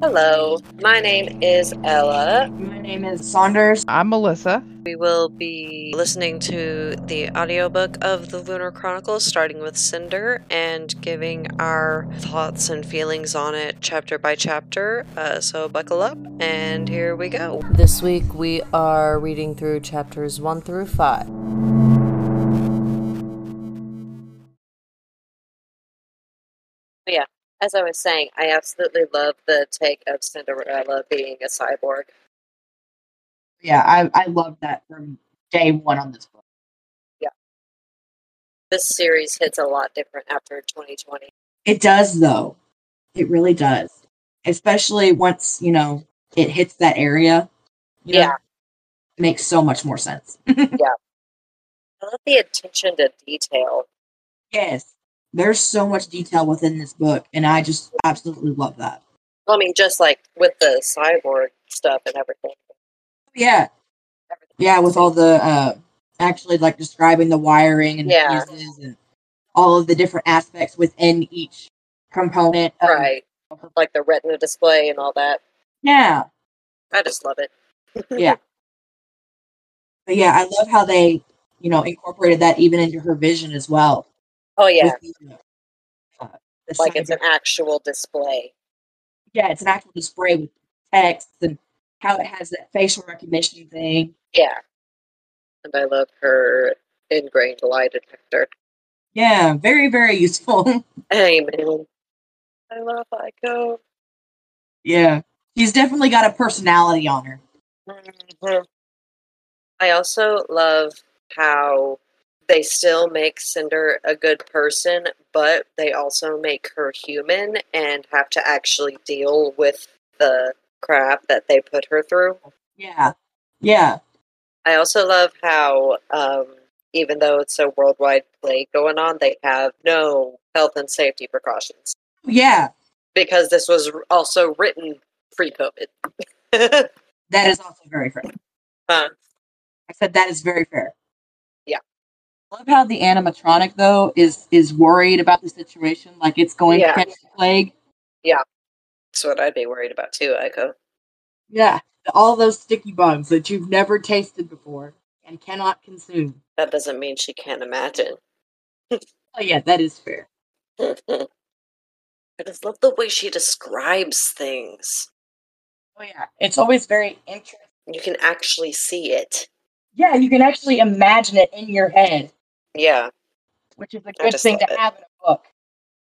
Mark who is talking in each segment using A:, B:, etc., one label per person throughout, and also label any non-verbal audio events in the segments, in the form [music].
A: Hello, my name is Ella.
B: My name is Saunders.
C: I'm Melissa.
A: We will be listening to the audiobook of the Lunar Chronicles, starting with Cinder and giving our thoughts and feelings on it chapter by chapter. Uh, so, buckle up, and here we go.
D: This week we are reading through chapters 1 through 5.
A: As I was saying, I absolutely love the take of Cinderella being a cyborg.
B: Yeah, I, I love that from day one on this book.
A: This series hits a lot different after 2020.
B: It does, though. It really does. Especially once, you know, it hits that area. you know,
A: Yeah.
B: it makes so much more sense. [laughs]
A: I love the attention to detail.
B: yes. There's so much detail within this book, and I just absolutely love that.
A: I mean, just like with the cyborg stuff and everything.
B: Yeah. Yeah, with all the uh actually like describing the wiring and
A: Yeah.
B: fuses and all of the different aspects within each component. of-
A: Right. Like the retina display and all that.
B: Yeah.
A: I just love it.
B: But yeah, I love how they, you know, incorporated that even into her vision as well.
A: Oh, yeah.
B: with the, uh, the
A: Like it's an
B: cyber-
A: actual display.
B: yeah, it's an actual display with text and how it has that facial recognition thing.
A: Yeah. And I love her ingrained lie detector.
B: Yeah, very very useful. [laughs]
A: Amen. I love Ico.
B: yeah, she's definitely got a personality on her.
A: Mhm. I also love how they still make Cinder a good person, but they also make her human and have to actually deal with the crap that they put her through.
B: Yeah, yeah,
A: I also love how, um, even though it's a worldwide plague going on, they have no health and safety precautions
B: yeah.
A: because this was r- also written pre [laughs] COVID.
B: That is also very fair.
A: Huh.
B: I said that is very fair.
A: Yeah.
B: Love how the animatronic though is is worried about the situation, like it's going
A: Yeah.
B: to catch the plague.
A: That's what I'd be worried about too, Ico.
B: Yeah, all those sticky bugs that you've never tasted before and cannot consume.
A: That doesn't mean she can't imagine.
B: Oh yeah, that is fair.
A: I just love the way she describes things.
B: Oh yeah, it's always very interesting.
A: You can actually see it.
B: Yeah, you can actually imagine it in your head,
A: Yeah.
B: which is a
A: I
B: good
A: just
B: thing
A: love
B: to
A: it.
B: have in a book.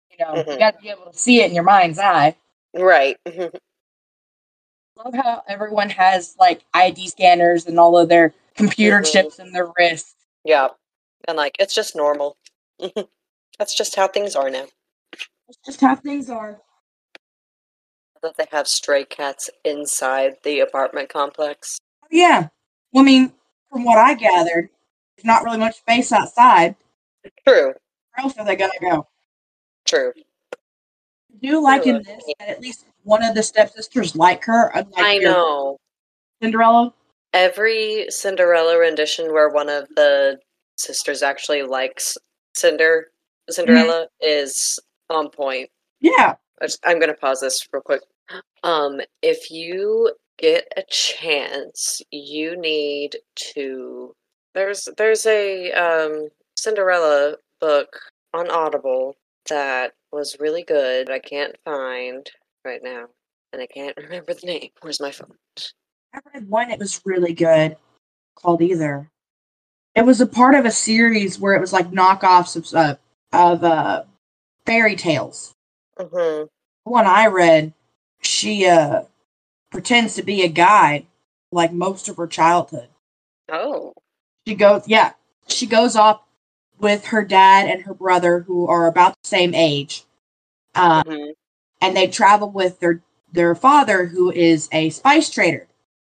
B: You know,
A: Mhm.
B: you got to be able to see it in your mind's eye.
A: Right. Mm-hmm.
B: Love how everyone has like ID scanners and all of their computer
A: Mhm.
B: chips in their wrists.
A: yeah. And like, it's just normal. Mm-hmm. That's just how things are now.
B: That's just how things are.
A: That they have stray cats inside the apartment complex.
B: Oh, Yeah, well, I mean, from what I gathered, there's not really much space outside.
A: True.
B: Where else are they gonna go?
A: True.
B: I do like in
A: Really?
B: this that at least one of the stepsisters like her. Unlike
A: I
B: your
A: know.
B: Cinderella.
A: Every Cinderella rendition where one of the sisters actually likes Cinder Cinderella is on point.
B: Yeah.
A: I just- I'm going to pause this real quick. Um, if you get a chance, you need to. There's there's a um, Cinderella book on Audible that was really good. I can't find right now, and I can't [laughs] remember the name. Where's my phone?
B: I read one that was really good called Either. It was a part of a series where it was like knockoffs of uh, of uh, fairy tales.
A: hmm
B: The one I read, she uh, pretends to be a guy like most of her childhood.
A: Oh,
B: She goes, yeah, she goes off with her dad and her brother who are about the same age. Um,
A: Mhm.
B: and they travel with their their father who is a spice trader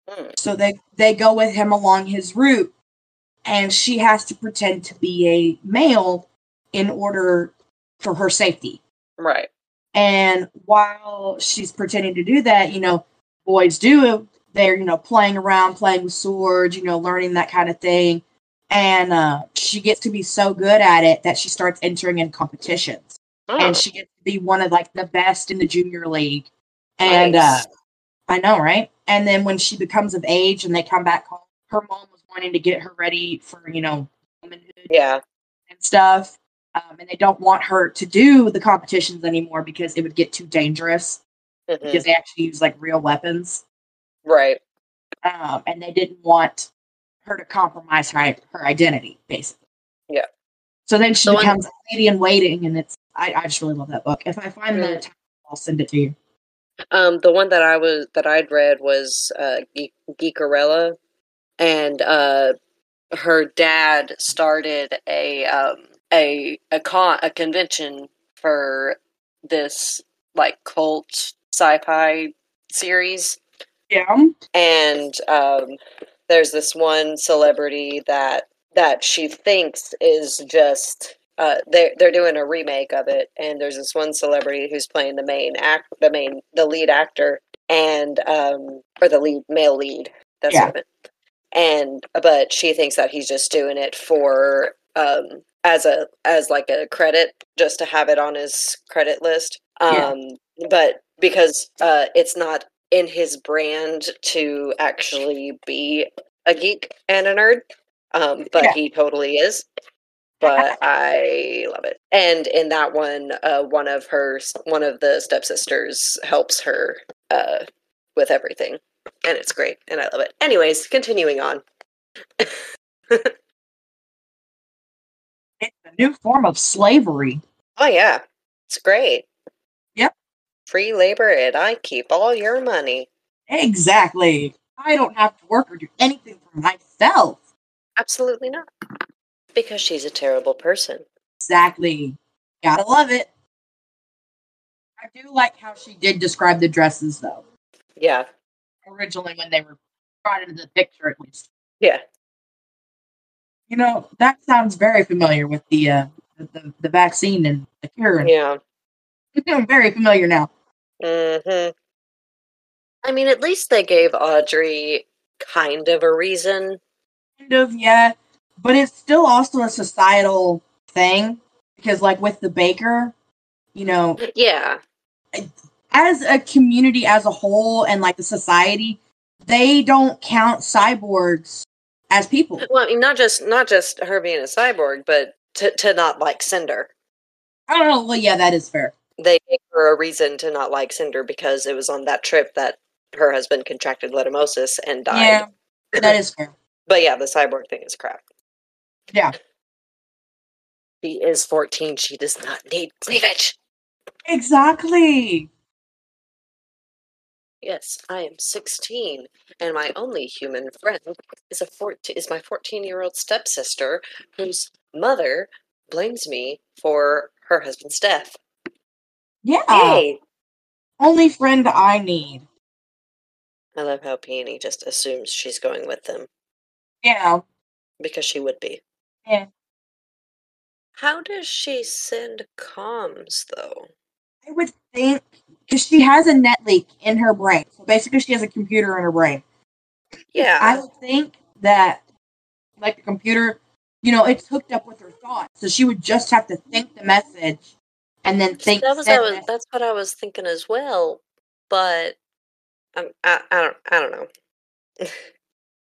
A: Hmm.
B: so they they go with him along his route and she has to pretend to be a male in order for her safety
A: right.
B: and while she's pretending to do that you know boys do they're you know playing around playing with swords you know learning that kind of thing and uh, she gets to be so good at it that she starts entering in competitions
A: Oh,
B: and she gets to be one of like the best in the junior league. And
A: nice.
B: uh, I know, right? And then when she becomes of age and they come back home, her mom was wanting to get her ready for you know womanhood
A: yeah,
B: and stuff. Um, and they don't want her to do the competitions anymore because it would get too dangerous
A: mhm,
B: because they actually use like real weapons.
A: right.
B: Um, and they didn't want her to compromise her, her identity, basically.
A: Yeah.
B: So then she
A: So I'm-
B: becomes a lady in waiting, and it's I, I just really love that book. If I find the
A: Mm.
B: time, I'll send it to you.
A: Um, the one that I was that I'd read was uh, Ge- Geekerella, and uh, her dad started a um, a a con a convention for this like cult sci-fi series,
B: Yeah.
A: and um, there's this one celebrity that that she thinks is just uh, they're they're doing a remake of it, and there's this one celebrity who's playing the main act, the main the lead actor, and um, or the lead male lead. That's
B: Yeah.
A: what I meant. And but she thinks that he's just doing it for um, as a as like a credit, just to have it on his credit list.
B: Yeah.
A: Um, But because uh, it's not in his brand to actually be a geek and a nerd, um, but
B: Yeah.
A: he totally is.
B: [laughs]
A: But I love it. And in that one, uh, one of her, s- one of the stepsisters helps her uh, with everything, and it's great, and I love it. Anyways, continuing on.
B: It's a new form of slavery.
A: Oh yeah, it's great.
B: Yep.
A: Free labor, and I keep all your money.
B: Exactly. I don't have to work or do anything for myself.
A: Absolutely not, because she's a terrible person.
B: Exactly. Gotta love it. I do like how she did describe the dresses though.
A: Yeah,
B: originally when they were brought into the picture at least.
A: yeah.
B: You know, that sounds very familiar with the uh the, the, the vaccine and the cure. and-
A: Yeah.
B: [laughs] I'm very familiar now. Mm-hmm.
A: hmm I mean, at least they gave Audrey kind of a reason.
B: Kind of, yeah. But it's still also a societal thing because like with the baker, you know,
A: Yeah.
B: as a community as a whole and like the society, they don't count cyborgs as people.
A: Well, I mean, not just not just her being a cyborg, but to to not like Cinder.
B: I don't know, well yeah, that is fair.
A: They gave her a reason to not like Cinder because it was on that trip that her husband contracted leishmaniasis and died.
B: Yeah. That is
A: [laughs]
B: fair.
A: But yeah, the cyborg thing is crap.
B: Yeah.
A: She is 14. She does not need cleavage.
B: Exactly.
A: Yes, I am 16, and my only human friend is a 14, is my 14-year-old stepsister whose mother blames me for her husband's death.
B: Yeah.
A: Yay!
B: Only friend I need.
A: I love how Peony just assumes she's going with them
B: Yeah.
A: because she would be.
B: Yeah.
A: How does she send comms though?
B: I would think because she has a net leak in her brain. So basically, she has a computer in her brain.
A: Yeah.
B: I would think that, like the computer, you know, it's hooked up with her thoughts. So she would just have to think the message and then think.
A: that was,
B: said
A: I was
B: message.
A: that's what I was thinking as well, but um, I I don't I don't know. [laughs]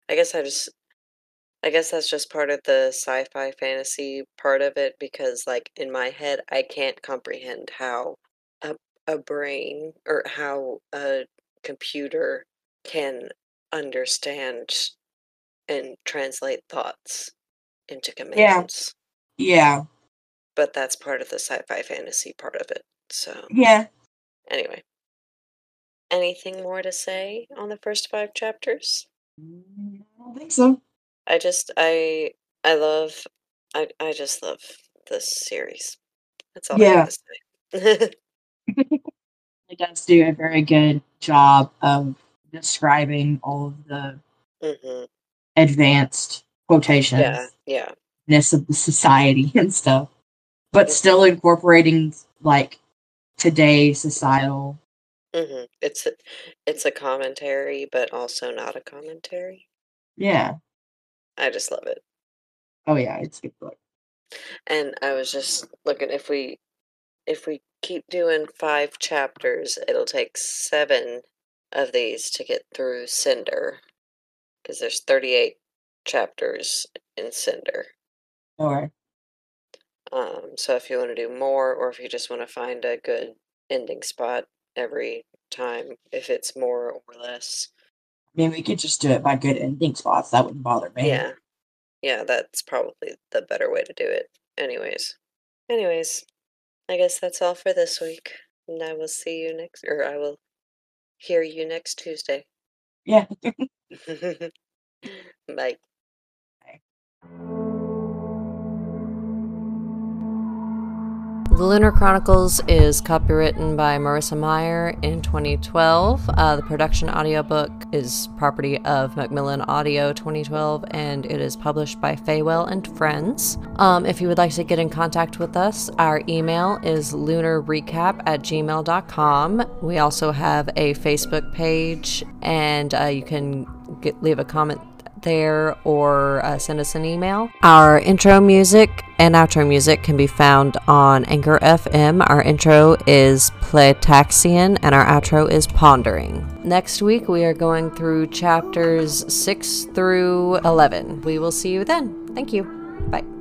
A: I guess I just I guess that's just part of the sci-fi fantasy part of it because like in my head I can't comprehend how a a brain or how a computer can understand and translate thoughts into commands.
B: yeah.
A: But that's part of the sci-fi fantasy part of it. So
B: Yeah.
A: anyway anything more to say on the first five chapters
B: Mm, I don't think so.
A: i just i i love i i just love this series that's all
B: Yeah.
A: yeah. i have to say [laughs]
B: It does do a very good job of describing all of the
A: hmm
B: advanced quotations.
A: yeah yeah
B: ness of the society [laughs] and stuff, but still incorporating like today's societal.
A: hmm it's a, it's a commentary but also not a commentary
B: Yeah.
A: i just love it
B: Oh yeah, it's a good book.
A: and i was just looking if we
E: if we keep doing five chapters, it'll take seven of these to get through Cinder, because there's 38 chapters in Cinder.
B: Or
E: Um, so if you want to do more, or if you just want to find a good ending spot every time, if it's more or less,
B: I mean, we could just do it by good ending spots. That wouldn't bother me.
E: yeah, yeah, that's probably the better way to do it. Anyways, anyways, I guess that's all for this week, and I will see you next, or I will hear you next Tuesday.
B: Yeah.
E: Bye.
A: The Lunar Chronicles is copywritten by Marissa Meyer in 2012. Uh, the production audiobook is property of Macmillan Audio 2012 and it is published by Faywell and Friends. Um, if you would like to get in contact with us, our email is lunarrecap at gmail.com. We also have a Facebook page and uh, you can get, leave a comment there or uh, send us an email. Our intro music and outro music can be found on Anchor FM. Our intro is Playtaxian and our outro is Pondering. Next week, we are going through chapters 6 through 11. We will see you then. Thank you. Bye.